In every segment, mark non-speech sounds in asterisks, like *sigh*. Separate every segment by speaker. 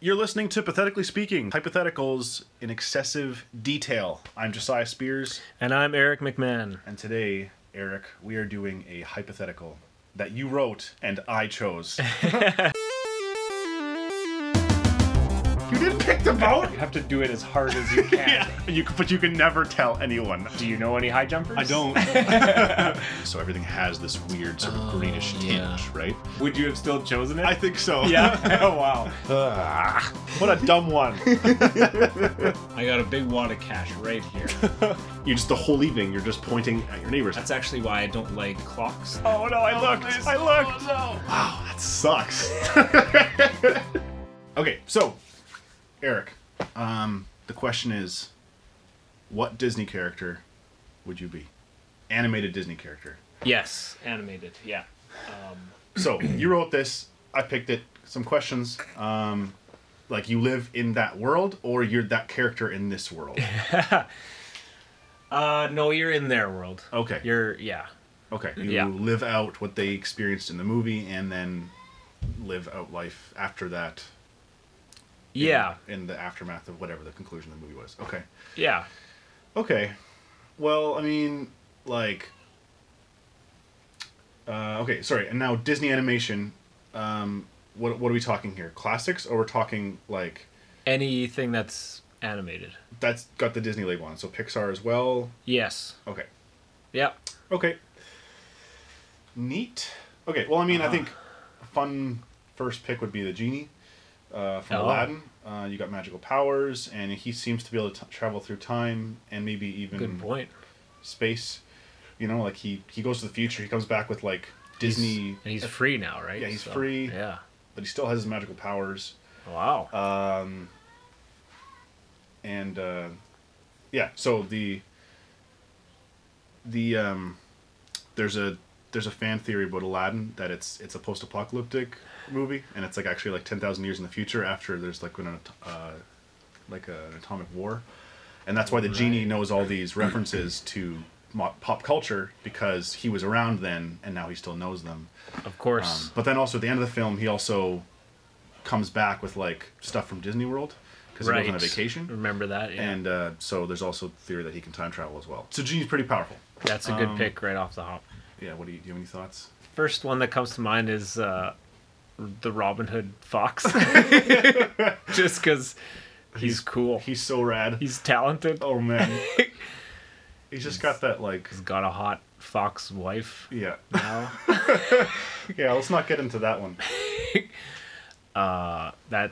Speaker 1: You're listening to Pathetically Speaking, hypotheticals in excessive detail. I'm Josiah Spears,
Speaker 2: And I'm Eric McMahon.
Speaker 1: and today, Eric, we are doing a hypothetical that you wrote and I chose. you didn't pick the boat?
Speaker 2: You have to do it as hard as *laughs* you can.
Speaker 1: You, but you can never tell anyone.
Speaker 2: Do you know any high jumpers?
Speaker 1: I *laughs* don't. so everything has this weird sort of greenish tinge,
Speaker 2: yeah.
Speaker 1: right?
Speaker 2: Would you have still chosen it?
Speaker 1: I think so.
Speaker 2: yeah. *laughs* oh, wow.
Speaker 1: Ah, what a dumb one.
Speaker 3: I got a big wad of cash right
Speaker 2: *laughs*
Speaker 3: here.
Speaker 1: you just the whole evening you're just pointing at your neighbors.
Speaker 3: That's actually why I don't like clocks.
Speaker 2: Oh no, I looked. Oh, I looked.
Speaker 1: Wow, that sucks. *laughs* okay, so Eric, um, the question is, what Disney character would you be? Animated Disney character.
Speaker 2: Yes, animated. Yeah.
Speaker 1: So you wrote this. I picked it. Some questions. Um, like you live in that world, or you're that character in this
Speaker 2: *laughs*
Speaker 1: world.
Speaker 2: Uh, no, you're in their world.
Speaker 1: Okay.
Speaker 2: You're yeah.
Speaker 1: okay. You
Speaker 2: yeah.
Speaker 1: live out what they experienced in the movie, and then live out life after that.
Speaker 2: Yeah.
Speaker 1: In the aftermath of whatever the conclusion of the movie was. Okay.
Speaker 2: Yeah.
Speaker 1: Okay. Well, I mean, like. Uh, okay, sorry. And now Disney animation. Um, what what are we talking here? Classics, or we're talking like
Speaker 2: Anything that's animated.
Speaker 1: that's got the Disney label on, it, so Pixar as well.
Speaker 2: Yes.
Speaker 1: Okay.
Speaker 2: Yep.
Speaker 1: Okay. Neat. Okay. Well, I mean,
Speaker 2: Uh-huh.
Speaker 1: I think a fun first pick would be the genie uh, from
Speaker 2: Oh.
Speaker 1: Aladdin. Uh, you got magical powers, and he seems to be able to t- travel through time and maybe even
Speaker 2: Good point.
Speaker 1: space. You know, like he he goes to the future. He comes back with like Disney,
Speaker 2: And he's free now, right?
Speaker 1: Yeah, he's free.
Speaker 2: Yeah.
Speaker 1: but he still has his magical powers.
Speaker 2: Wow.
Speaker 1: Um, and uh, yeah, so the the um, there's a there's a fan theory about Aladdin that it's it's a post apocalyptic movie, and it's like actually like ten thousand years in the future after there's like an at- uh, like a, an atomic war, and that's why the genie knows all these references to mo- pop culture because he was around then and now he still knows them.
Speaker 2: of
Speaker 1: Um,
Speaker 2: course.
Speaker 1: but then also at the end of the film, he also comes back with like stuff from Disney World because he goes on a vacation.
Speaker 2: Remember that? Yeah.
Speaker 1: And uh, so there's also theory that he can time travel as well. So Genie's pretty powerful.
Speaker 2: that's a good
Speaker 1: um,
Speaker 2: pick right off the hop.
Speaker 1: Yeah. What do you do? You have any thoughts?
Speaker 2: First one that comes to mind is uh, the Robin Hood fox, *laughs* just because he's, cool.
Speaker 1: He's so rad.
Speaker 2: He's talented.
Speaker 1: oh
Speaker 2: *laughs*
Speaker 1: man. he's just got that like.
Speaker 2: He's got a hot fox wife
Speaker 1: Yeah.
Speaker 2: *laughs* now.
Speaker 1: Yeah. Let's not get into that one.
Speaker 2: that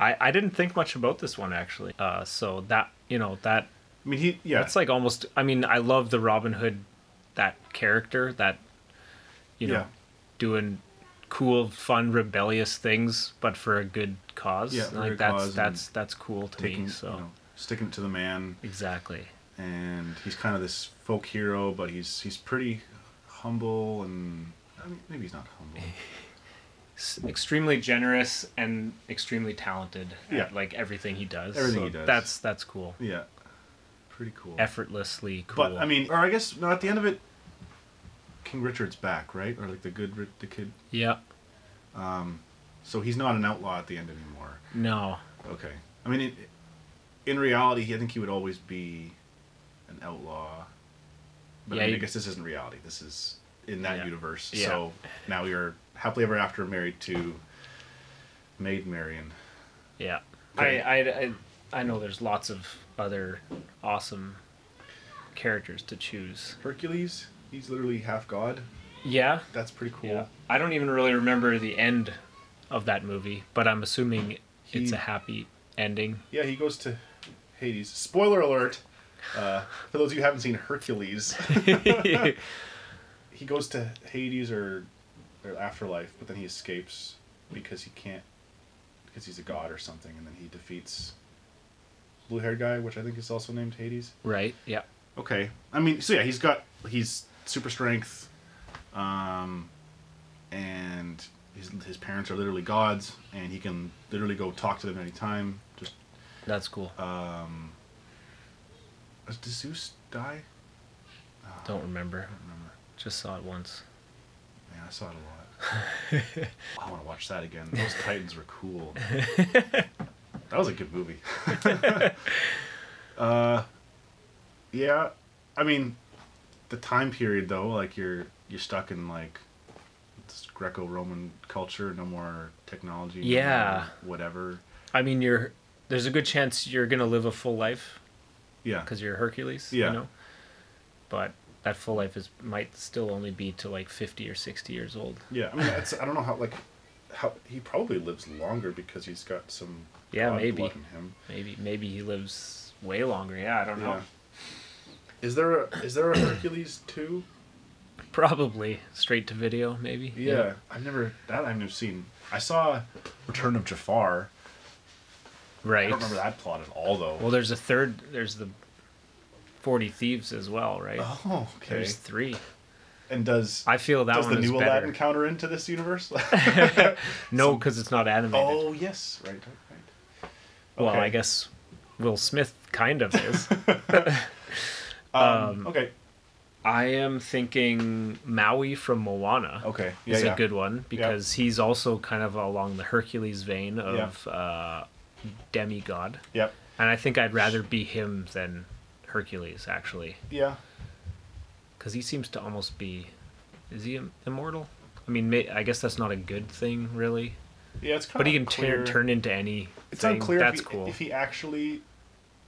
Speaker 2: I I didn't think much about this one actually. Uh, so that you know that
Speaker 1: I mean, he. Yeah.
Speaker 2: that's like almost. I mean, I love the Robin Hood, that character that, you know,
Speaker 1: Yeah.
Speaker 2: doing cool, fun, rebellious things, but for a good cause.
Speaker 1: Yeah, for a
Speaker 2: like
Speaker 1: good
Speaker 2: that's
Speaker 1: cause and
Speaker 2: that's that's cool to
Speaker 1: taking.
Speaker 2: me. So
Speaker 1: You know, sticking it to the man,
Speaker 2: exactly.
Speaker 1: and he's kind of this folk hero, but he's he's pretty humble and. I mean, maybe he's not humble.
Speaker 2: s- extremely generous and extremely talented
Speaker 1: Yeah.
Speaker 2: at like everything he does.
Speaker 1: Everything
Speaker 2: So
Speaker 1: he does.
Speaker 2: That's that's cool.
Speaker 1: Yeah. Pretty cool.
Speaker 2: Effortlessly cool.
Speaker 1: But I mean, or I guess no, at the end of it, King Richard's back, right? Or like the good Ri- the kid.
Speaker 2: yeah,
Speaker 1: So he's not an outlaw at the end anymore.
Speaker 2: no,
Speaker 1: Okay. I mean, it, in reality, he- I think he would always be an outlaw. But I,
Speaker 2: Yeah,
Speaker 1: mean, I
Speaker 2: he-
Speaker 1: guess this isn't reality. This is in that
Speaker 2: Yeah.
Speaker 1: universe.
Speaker 2: Yeah.
Speaker 1: So now you're happily ever after married to Maid Marian.
Speaker 2: yeah.
Speaker 1: Okay.
Speaker 2: I, I I I know there's lots of other awesome characters to choose.
Speaker 1: Hercules, he's literally half god.
Speaker 2: Yeah,
Speaker 1: That's pretty cool.
Speaker 2: yeah. I don't even really remember the end of that movie, but I'm assuming it's
Speaker 1: He-
Speaker 2: a happy
Speaker 1: *laughs*
Speaker 2: ending. *laughs*
Speaker 1: Yeah, he goes to Hades. Spoiler alert. Uh, for those of you who haven't seen Hercules, *laughs* he goes to Hades or, or afterlife, but then he escapes because he can't because he's a god or something, and then he defeats blue-haired guy, which I think is also named Hades.
Speaker 2: right? Yeah.
Speaker 1: Okay, I mean, so yeah, he's got he's super strength, um, and his his parents are literally gods, and he can literally go talk to them anytime. Just
Speaker 2: That's cool.
Speaker 1: Uh, does Zeus die?
Speaker 2: don't remember.
Speaker 1: I don't remember.
Speaker 2: Just saw it once.
Speaker 1: Man, I saw it a lot. *laughs* I want to watch that again.
Speaker 2: *laughs*
Speaker 1: Those Titans were cool. that was a good
Speaker 2: *laughs*
Speaker 1: movie. uh, yeah, I mean, the time period though, like you're you're stuck in like this Greco-Roman culture. No more technology. no
Speaker 2: Yeah.
Speaker 1: more whatever.
Speaker 2: I mean, you're there's a good chance you're gonna live a full life
Speaker 1: Yeah.
Speaker 2: because you're Hercules.
Speaker 1: Yeah.
Speaker 2: You know? But that full life is might still only be to like 50 or 60 years old.
Speaker 1: Yeah. I mean, that's, I don't know how like how he probably lives longer because he's got some
Speaker 2: Yeah,
Speaker 1: God
Speaker 2: maybe.
Speaker 1: blood in him.
Speaker 2: Maybe maybe he lives way longer. Yeah, I don't know.
Speaker 1: Yeah. Is there a is there a *coughs* Hercules two?
Speaker 2: Probably straight to video, maybe.
Speaker 1: Yeah, I've never that I've never seen. I saw Return of Jafar.
Speaker 2: Right.
Speaker 1: I don't remember that plot at all though.
Speaker 2: Well, there's a third. There's the Forty Thieves as well, right?
Speaker 1: oh, okay.
Speaker 2: There's three.
Speaker 1: and does
Speaker 2: I feel that
Speaker 1: does
Speaker 2: one
Speaker 1: the
Speaker 2: is
Speaker 1: new
Speaker 2: better.
Speaker 1: Aladdin counter into this
Speaker 2: *laughs*
Speaker 1: universe? *laughs*
Speaker 2: no, because it's not animated.
Speaker 1: oh yes, right, right, right.
Speaker 2: well,
Speaker 1: Oh, okay.
Speaker 2: I guess Will Smith kind
Speaker 1: *laughs*
Speaker 2: of is.
Speaker 1: Um, okay,
Speaker 2: I am thinking Maui from Moana.
Speaker 1: okay, Oh, yeah,
Speaker 2: It's
Speaker 1: yeah.
Speaker 2: a good one because he's also kind of along the Hercules vein of uh, demigod,
Speaker 1: Yep,
Speaker 2: and I think I'd rather be him than Hercules actually,
Speaker 1: yeah.
Speaker 2: because he seems to almost be. Is he im- immortal? I mean, may, I guess that's not a good thing, really.
Speaker 1: Yeah, it's kind
Speaker 2: But
Speaker 1: of
Speaker 2: he can turn turn into any.
Speaker 1: It's
Speaker 2: thing.
Speaker 1: unclear
Speaker 2: That's
Speaker 1: if, he,
Speaker 2: cool.
Speaker 1: if he actually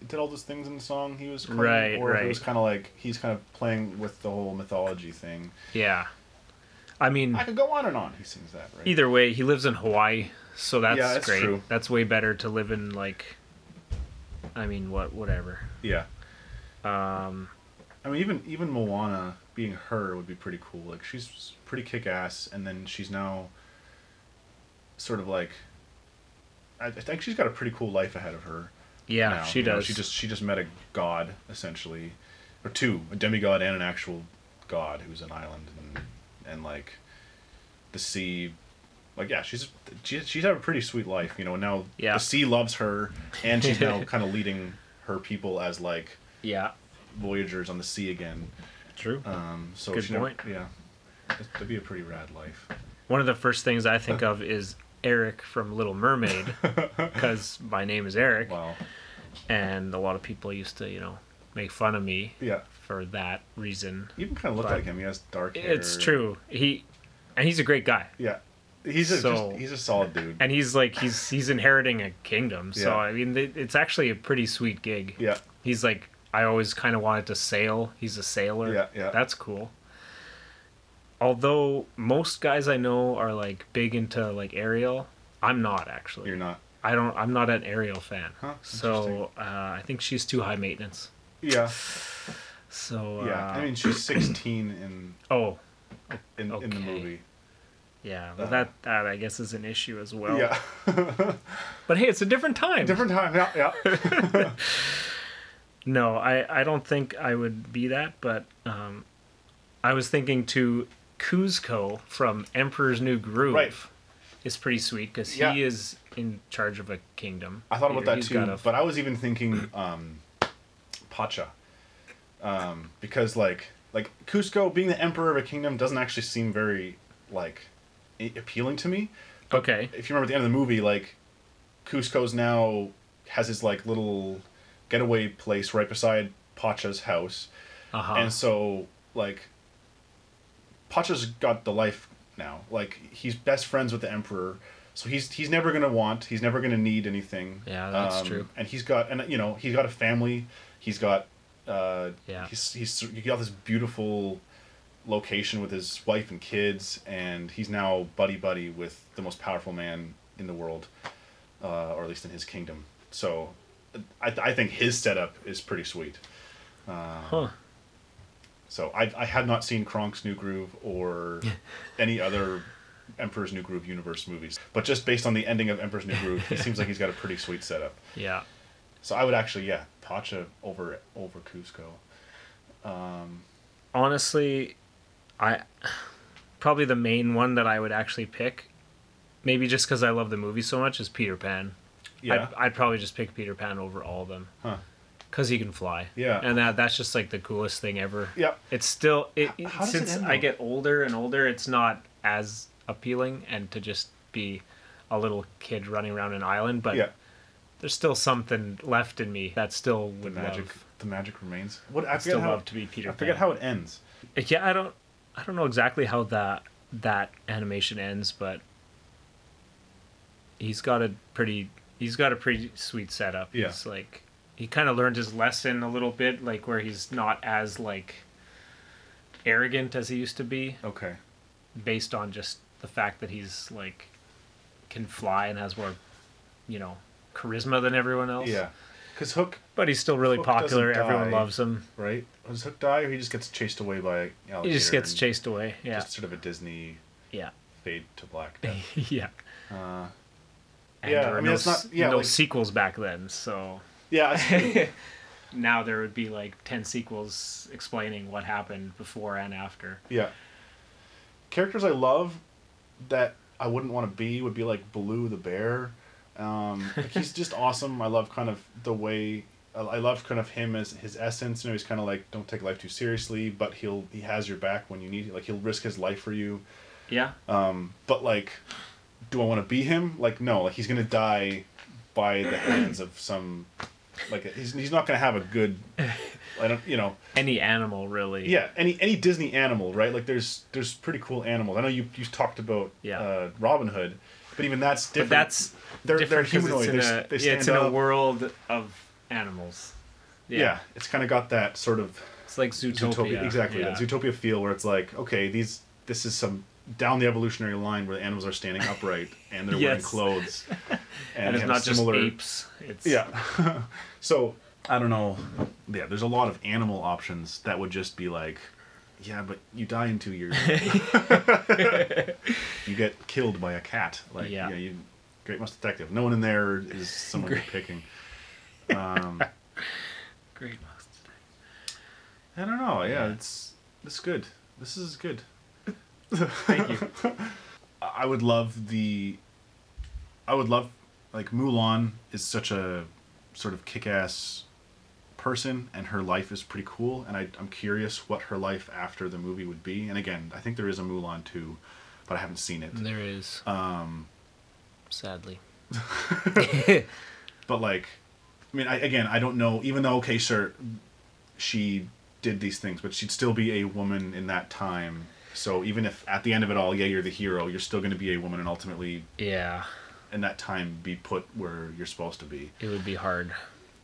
Speaker 1: did all those things in the song he was claiming,
Speaker 2: Right,
Speaker 1: or if
Speaker 2: right.
Speaker 1: it was kind of like he's kind of playing with the whole mythology thing.
Speaker 2: Yeah, I mean,
Speaker 1: I could go on and on. He sings that, right?
Speaker 2: either way, Hmm. he lives in Hawaii, so that's,
Speaker 1: Yeah, that's
Speaker 2: great.
Speaker 1: true.
Speaker 2: That's way better to live in like. I mean, what? Whatever.
Speaker 1: Yeah.
Speaker 2: Um,
Speaker 1: I mean, even even Moana being her would be pretty cool. Like she's pretty kick ass, and then she's now sort of like. I I think she's got a pretty cool life ahead of her.
Speaker 2: yeah,
Speaker 1: now,
Speaker 2: she
Speaker 1: you know,
Speaker 2: does.
Speaker 1: she just she just met a god essentially, or two, a demigod and an actual god who's an island and and like the sea. Like yeah, she's she, she's had a pretty sweet life, you know. And now
Speaker 2: Yeah.
Speaker 1: the sea loves her, and she's now
Speaker 2: *laughs*
Speaker 1: kind of leading her people as like
Speaker 2: yeah, Uh,
Speaker 1: voyagers on the sea again.
Speaker 2: true.
Speaker 1: Um, so
Speaker 2: Good
Speaker 1: she never-
Speaker 2: point.
Speaker 1: yeah, That- that'd be a pretty rad life.
Speaker 2: One of the first things I
Speaker 1: Uh.
Speaker 2: think of is Eric from
Speaker 1: *laughs*
Speaker 2: Little Mermaid, because my name is Eric,
Speaker 1: Wow.
Speaker 2: and a lot of people used to, you know, make fun of me
Speaker 1: Yeah,
Speaker 2: for that reason.
Speaker 1: you can kind of look
Speaker 2: But
Speaker 1: like him. He has dark hair.
Speaker 2: It's true. He, and he's a great guy.
Speaker 1: Yeah, he's a
Speaker 2: So-
Speaker 1: just, he's a solid dude.
Speaker 2: and he's
Speaker 1: *sighs*
Speaker 2: like he's he's inheriting a kingdom so
Speaker 1: Yeah.
Speaker 2: i mean it- it's actually a pretty sweet gig
Speaker 1: Yeah,
Speaker 2: he's like i always kind of wanted to sail he's a sailor
Speaker 1: Yeah, yeah.
Speaker 2: that's cool although most guys i know are like big into like ariel i'm not actually
Speaker 1: you're not.
Speaker 2: i don't i'm not an ariel fan
Speaker 1: Huh,
Speaker 2: so uh, i think she's too high maintenance
Speaker 1: Yeah,
Speaker 2: so uh,
Speaker 1: yeah. I mean, she's 16 in
Speaker 2: oh
Speaker 1: in, in the
Speaker 2: Okay.
Speaker 1: movie.
Speaker 2: yeah well,
Speaker 1: Uh,
Speaker 2: that that i guess is an issue as well
Speaker 1: Yeah, *laughs*
Speaker 2: but hey it's a different time
Speaker 1: different time. Yeah, yeah.
Speaker 2: No, I, I don't think I would be that, but um, I was thinking to Kuzco from Emperor's New Groove
Speaker 1: Right.
Speaker 2: is pretty sweet because
Speaker 1: Yeah.
Speaker 2: he is in charge of a kingdom.
Speaker 1: I thought
Speaker 2: here.
Speaker 1: about that
Speaker 2: He's
Speaker 1: too,
Speaker 2: got a-
Speaker 1: but I was even thinking um, Pacha, um, because like like Cusco being the emperor of a kingdom doesn't actually seem very like a- appealing to me.
Speaker 2: okay,
Speaker 1: if you remember at the end of the movie, like Cusco's now has his like little getaway place right beside Pacha's house,
Speaker 2: uh-huh.
Speaker 1: and so like Pacha's got the life now. Like he's best friends with the emperor, so he's he's never gonna want, he's never gonna need anything. Um,
Speaker 2: Yeah, that's true.
Speaker 1: And he's got and you know he's got a family. He's got uh,
Speaker 2: Yeah.
Speaker 1: He's he's he got this beautiful location with his wife and kids, and he's now buddy buddy with the most powerful man in the world, uh, or at least in his kingdom. So, I I think his setup is pretty sweet.
Speaker 2: huh.
Speaker 1: So I I had not seen Kronk's New Groove or any other Emperor's New Groove universe movies, but just based on the ending of Emperor's New Groove, he seems like he's got a pretty sweet setup.
Speaker 2: Yeah,
Speaker 1: So I would actually yeah, Pacha over over Cusco.
Speaker 2: honestly, I probably the main one that I would actually pick, maybe just because I love the movie so much, is Peter Pan.
Speaker 1: Yeah.
Speaker 2: I'd, I'd probably just pick Peter Pan over all of them.
Speaker 1: Huh.
Speaker 2: Cause he can fly.
Speaker 1: Yeah.
Speaker 2: And that that's just like the coolest thing ever.
Speaker 1: Yep.
Speaker 2: It's still it,
Speaker 1: H- how does it
Speaker 2: since
Speaker 1: end,
Speaker 2: I
Speaker 1: though?
Speaker 2: get older and older, it's not as appealing and to just be a little kid running around an island, but
Speaker 1: yeah.
Speaker 2: there's still something left in me that still
Speaker 1: The
Speaker 2: would
Speaker 1: magic,
Speaker 2: love.
Speaker 1: the magic remains. What I
Speaker 2: I'd still
Speaker 1: forget how
Speaker 2: love to be Peter.
Speaker 1: I forget
Speaker 2: Pan.
Speaker 1: how it ends.
Speaker 2: Yeah, I don't I don't know exactly how that that animation ends, but he's got a pretty he's got a pretty sweet setup.
Speaker 1: Yeah.
Speaker 2: He's like he kind of learned his lesson a little bit, like where he's not as like arrogant as he used to be,
Speaker 1: Okay.
Speaker 2: based on just the fact that he's like can fly and has more, you know, charisma than everyone else.
Speaker 1: Yeah. Because Hook,
Speaker 2: But he's still really
Speaker 1: Hook doesn't
Speaker 2: popular. Everyone
Speaker 1: die.
Speaker 2: loves him.
Speaker 1: right? Does Hook die, or he just gets chased away by an
Speaker 2: He
Speaker 1: alligator?
Speaker 2: just gets
Speaker 1: and
Speaker 2: chased away. Yeah.
Speaker 1: Just sort of a Disney
Speaker 2: yeah.
Speaker 1: fade to
Speaker 2: *laughs*
Speaker 1: black. Death.
Speaker 2: yeah.
Speaker 1: Uh,
Speaker 2: And
Speaker 1: Yeah,
Speaker 2: there were
Speaker 1: I mean,
Speaker 2: no,
Speaker 1: it's not-
Speaker 2: s-
Speaker 1: yeah,
Speaker 2: no
Speaker 1: like-
Speaker 2: sequels back then, so
Speaker 1: yeah. I see.
Speaker 2: now there would be like ten sequels explaining what happened before and after.
Speaker 1: Yeah. Characters I love that I wouldn't want to be would be like Blue the bear. Um, like, he's just awesome. I love kind of the way I- I love kind of him as his essence. You know, he's kind of like don't take life too seriously, but he'll he has your back when you need it. Like he'll risk his life for you.
Speaker 2: Yeah,
Speaker 1: Um, but like, do I want to be him? Like no. Like he's gonna die by the hands of some. Like he's he's not gonna have a good. I don't you know.
Speaker 2: any animal really.
Speaker 1: Yeah, any any Disney animal, right? Like there's there's pretty cool animals. I know you you talked about
Speaker 2: Yeah.
Speaker 1: uh, Robin Hood, but even that's
Speaker 2: but
Speaker 1: different.
Speaker 2: that's
Speaker 1: they're
Speaker 2: different
Speaker 1: they're
Speaker 2: 'cause
Speaker 1: humanoid.
Speaker 2: It's in,
Speaker 1: They're-
Speaker 2: a,
Speaker 1: they
Speaker 2: yeah, it's in
Speaker 1: stand
Speaker 2: a
Speaker 1: up.
Speaker 2: world of animals.
Speaker 1: yeah. it's kind of got that sort of
Speaker 2: it's like
Speaker 1: Zootopia,
Speaker 2: Zootopia.
Speaker 1: exactly
Speaker 2: Yeah.
Speaker 1: that Zootopia feel where it's like okay these this is some down the evolutionary line where the animals are standing upright and they're wearing
Speaker 2: Yes.
Speaker 1: clothes
Speaker 2: *laughs* and it's
Speaker 1: have
Speaker 2: not just
Speaker 1: similar-
Speaker 2: apes. It's
Speaker 1: Yeah. *laughs* so I don't know. Yeah, there's a lot of animal options that would just be like, yeah, but you die in two
Speaker 2: *laughs*
Speaker 1: years. you get killed by a cat. Like, yeah,
Speaker 2: Yeah.
Speaker 1: you, Great Mouse Detective. No one in there is someone you're picking. Um,
Speaker 2: great. monster.
Speaker 1: I don't know. Yeah,
Speaker 2: Yeah.
Speaker 1: it's it's good. This is good.
Speaker 2: Thank *laughs* you.
Speaker 1: I would love the. I would love, like Mulan is such a sort of kick-ass person, and her life is pretty cool. And I, I'm curious what her life after the movie would be. And again, I think there is a Mulan too, but I haven't seen it.
Speaker 2: There is,
Speaker 1: Um, *laughs*
Speaker 2: sadly.
Speaker 1: but like, I mean, I, again, I don't know. Even though okay, sure, she did these things, but she'd still be a woman in that time. So even if at the end of it all, yeah, you're the hero, you're still going to be a woman, and ultimately
Speaker 2: *laughs* Yeah,
Speaker 1: in that time be put where you're supposed to be.
Speaker 2: it would be hard.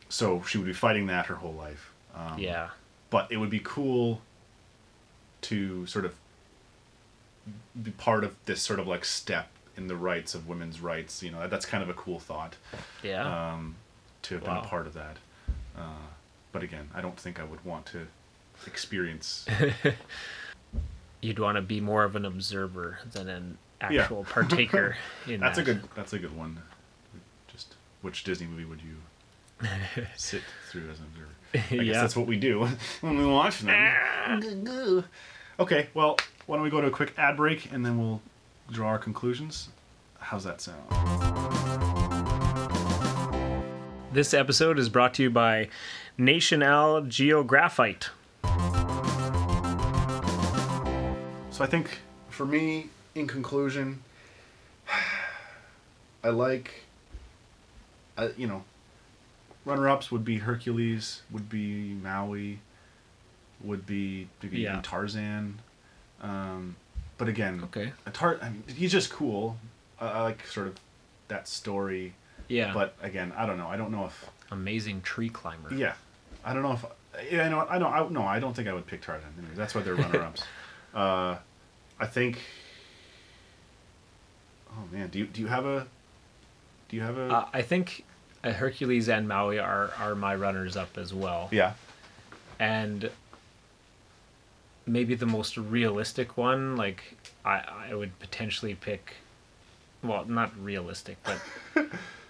Speaker 1: So she would be fighting that her whole life. Um,
Speaker 2: yeah,
Speaker 1: But it would be cool to sort of be part of this sort of like step in the rights of women's rights. You know, that's kind of a cool thought
Speaker 2: yeah.
Speaker 1: um, to have been
Speaker 2: Wow.
Speaker 1: a part of that. Uh, but again, I don't think I would want to experience.
Speaker 2: you'd want to be more of an observer than an
Speaker 1: Yeah. *laughs*
Speaker 2: actual partaker in
Speaker 1: that's a
Speaker 2: that.
Speaker 1: good. That's a good one. Just which Disney movie would you
Speaker 2: *laughs*
Speaker 1: sit through as an observer? I guess
Speaker 2: Yeah.
Speaker 1: that's what we do *laughs* when we watch
Speaker 2: Ah.
Speaker 1: them. okay, well, why don't we go to a quick ad break and then we'll draw our conclusions? How's that sound?
Speaker 2: This episode is brought to you by National Geographite.
Speaker 1: So I think for me, in conclusion, *sighs* I like, uh, you know, runner ups would be Hercules, would be Maui, would be maybe even
Speaker 2: Yeah.
Speaker 1: Tarzan. Um, but again,
Speaker 2: Okay.
Speaker 1: a tar- I mean, he's just cool. I, I like sort of that story.
Speaker 2: Yeah.
Speaker 1: But again, I don't know. I don't know if
Speaker 2: amazing tree climber.
Speaker 1: yeah, I don't know if yeah, I know I don't I, no I don't think I would pick Tarzan. Anyway, that's
Speaker 2: *laughs*
Speaker 1: why they're runner ups. uh, I think. Oh man, do you do you have a? Do you have a?
Speaker 2: Uh, I think uh, Hercules and Maui are are my runners up as well.
Speaker 1: yeah.
Speaker 2: and maybe the most realistic one like i i would potentially pick well not realistic but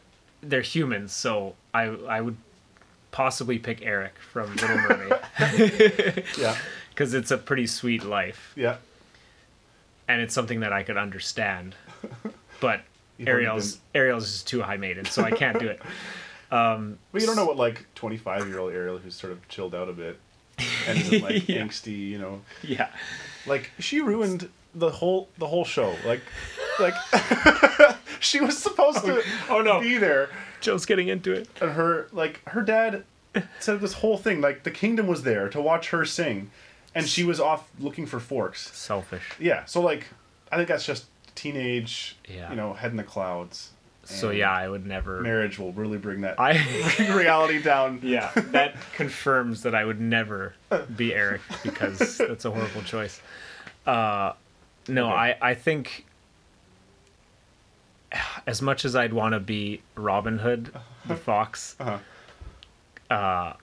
Speaker 2: *laughs* they're humans so i i would possibly pick eric from little *laughs* mermaid
Speaker 1: Yeah.
Speaker 2: because it's a pretty sweet life
Speaker 1: Yeah.
Speaker 2: and it's something that i could *laughs* understand but
Speaker 1: You've already
Speaker 2: ariel's ariel's is too high mated so i can't do it
Speaker 1: But you don't know what like twenty five year old Ariel who's sort of
Speaker 2: *laughs*
Speaker 1: chilled out a bit and isn't like angsty, you know.
Speaker 2: *laughs* yeah
Speaker 1: Like she ruined the whole the whole show. Like
Speaker 2: *laughs*
Speaker 1: like *laughs* she was supposed to
Speaker 2: Oh, no.
Speaker 1: be there
Speaker 2: Joe's getting into it.
Speaker 1: and her like her dad said this whole thing like the kingdom was there to watch her sing and she was off looking for forks.
Speaker 2: Selfish.
Speaker 1: Yeah. So like I think that's just teenage
Speaker 2: Yeah.
Speaker 1: you know, head in the clouds.
Speaker 2: So
Speaker 1: And
Speaker 2: yeah, I would never.
Speaker 1: Marriage will really bring that
Speaker 2: *laughs* I
Speaker 1: bring reality down.
Speaker 2: *laughs* yeah, that confirms that I would never be Eric because that's a horrible choice. Uh, no,
Speaker 1: Okay.
Speaker 2: I I think as much as I'd want to be Robin Hood, the fox,
Speaker 1: Uh-huh.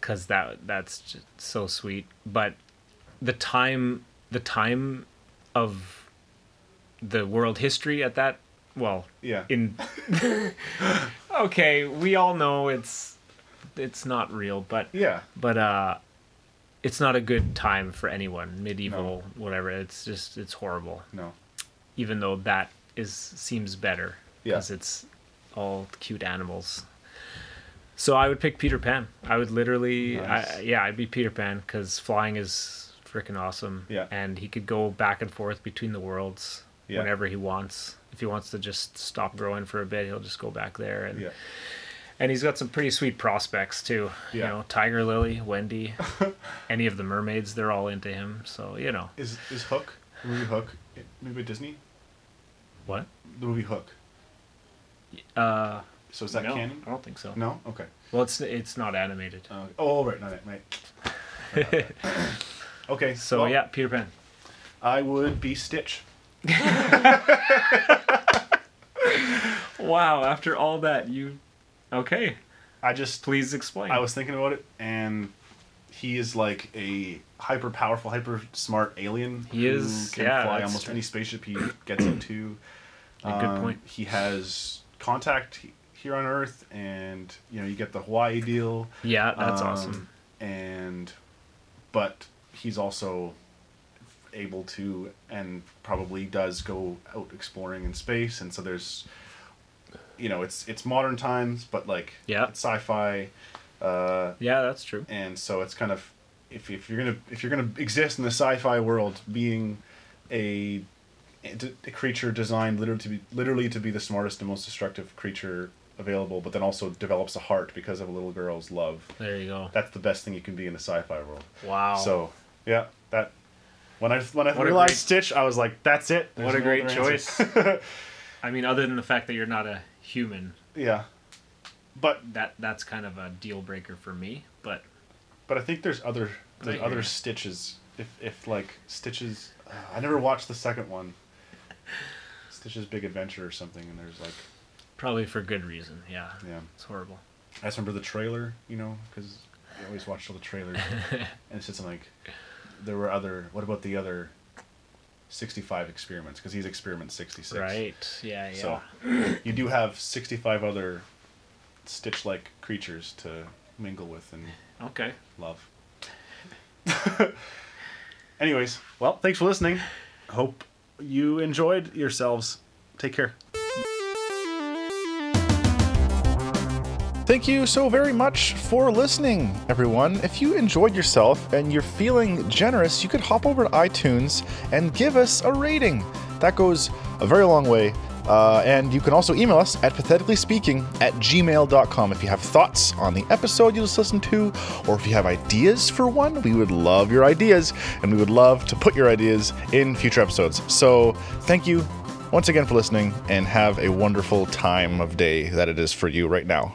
Speaker 2: because that that's just so sweet. But the time the time of the world history at that well
Speaker 1: Yeah.
Speaker 2: in *laughs* okay we all know it's it's not real but
Speaker 1: yeah.
Speaker 2: but uh it's not a good time for anyone medieval whatever it's just it's horrible
Speaker 1: No.
Speaker 2: even though that is seems better
Speaker 1: Yeah.
Speaker 2: because it's all cute animals. So I would pick Peter Pan. I would literally, I,
Speaker 1: Nice.
Speaker 2: yeah, I'd be Peter Pan because flying is freaking awesome.
Speaker 1: Yeah.
Speaker 2: and he could go back and forth between the worlds
Speaker 1: Yeah.
Speaker 2: whenever he wants. If he wants to just stop growing for a bit, he'll just go back there. And
Speaker 1: Yeah.
Speaker 2: and he's got some pretty sweet prospects too. You
Speaker 1: Yeah.
Speaker 2: know, Tiger Lily,
Speaker 1: *laughs*
Speaker 2: Wendy, any of the mermaids, they're all into him. So you know
Speaker 1: Is is Hook the movie Hook maybe Disney
Speaker 2: what?
Speaker 1: the movie Hook?
Speaker 2: Uh,
Speaker 1: So is that
Speaker 2: no, Uh,
Speaker 1: canon?
Speaker 2: I don't think so.
Speaker 1: No. Okay.
Speaker 2: Well, it's it's not animated.
Speaker 1: Uh, oh right, not it, right. I got
Speaker 2: *laughs*
Speaker 1: that. okay.
Speaker 2: So
Speaker 1: well,
Speaker 2: yeah, Peter Pan.
Speaker 1: I would be Stitch.
Speaker 2: Wow, after all that, you okay?
Speaker 1: I just
Speaker 2: Please explain.
Speaker 1: I was thinking about it, and he is like a hyper powerful, hyper smart alien.
Speaker 2: He is,
Speaker 1: Can
Speaker 2: yeah,
Speaker 1: fly
Speaker 2: that's
Speaker 1: almost
Speaker 2: true.
Speaker 1: any spaceship he gets into. Um,
Speaker 2: A good point.
Speaker 1: He has contact he- here on Earth, and you know you get the Hawaii deal.
Speaker 2: yeah, that's
Speaker 1: Um,
Speaker 2: awesome.
Speaker 1: And, but he's also able to and probably does go out exploring in space, and so there's, you know, it's it's modern times, but like
Speaker 2: Yeah.
Speaker 1: it's sci-fi, uh,
Speaker 2: Yeah, that's true.
Speaker 1: and so it's kind of if if you're gonna if you're gonna exist in the sci-fi world, being a a d- a creature designed literally to be literally to be the smartest and most destructive creature available, but then also develops a heart because of a little girl's love
Speaker 2: There you go.
Speaker 1: that's the best thing you can be in the sci-fi world.
Speaker 2: Wow.
Speaker 1: So yeah, that when I when I
Speaker 2: What a
Speaker 1: realized
Speaker 2: great-
Speaker 1: Stitch, I was like, that's it.
Speaker 2: what
Speaker 1: There's no
Speaker 2: a great
Speaker 1: other answer. *laughs*
Speaker 2: choice. I mean, other than the fact that you're not a human,
Speaker 1: yeah, but
Speaker 2: that that's kind of a deal breaker for me. But
Speaker 1: but I think there's other there's
Speaker 2: Right,
Speaker 1: other
Speaker 2: yeah.
Speaker 1: Stitches. If if like Stitches, uh, I never watched the second one. Stitch's Big Adventure or something, and there's like
Speaker 2: probably for good reason. Yeah.
Speaker 1: yeah.
Speaker 2: It's horrible.
Speaker 1: I just remember the trailer, you know, because I always watched all the
Speaker 2: *laughs*
Speaker 1: trailers, and it's just like there were other. What about the other? 65 experiments because he's experiment 66
Speaker 2: Right. Yeah. Yeah.
Speaker 1: So *clears throat* you do have 65 other Stitch like creatures to mingle with and
Speaker 2: Okay.
Speaker 1: love. *laughs* Anyways, well, thanks for listening. Hope you enjoyed yourselves. Take care.
Speaker 4: Thank you so very much for listening, everyone. If you enjoyed yourself and you're feeling generous, you could hop over to iTunes and give us a rating. That goes a very long way. Uh, and you can also email us at patheticallyspeaking at gmail.com if you have thoughts on the episode you just listened to, or if you have ideas for one, we would love your ideas, and we would love to put your ideas in future episodes. So thank you once again for listening, and have a wonderful time of day that it is for you right now.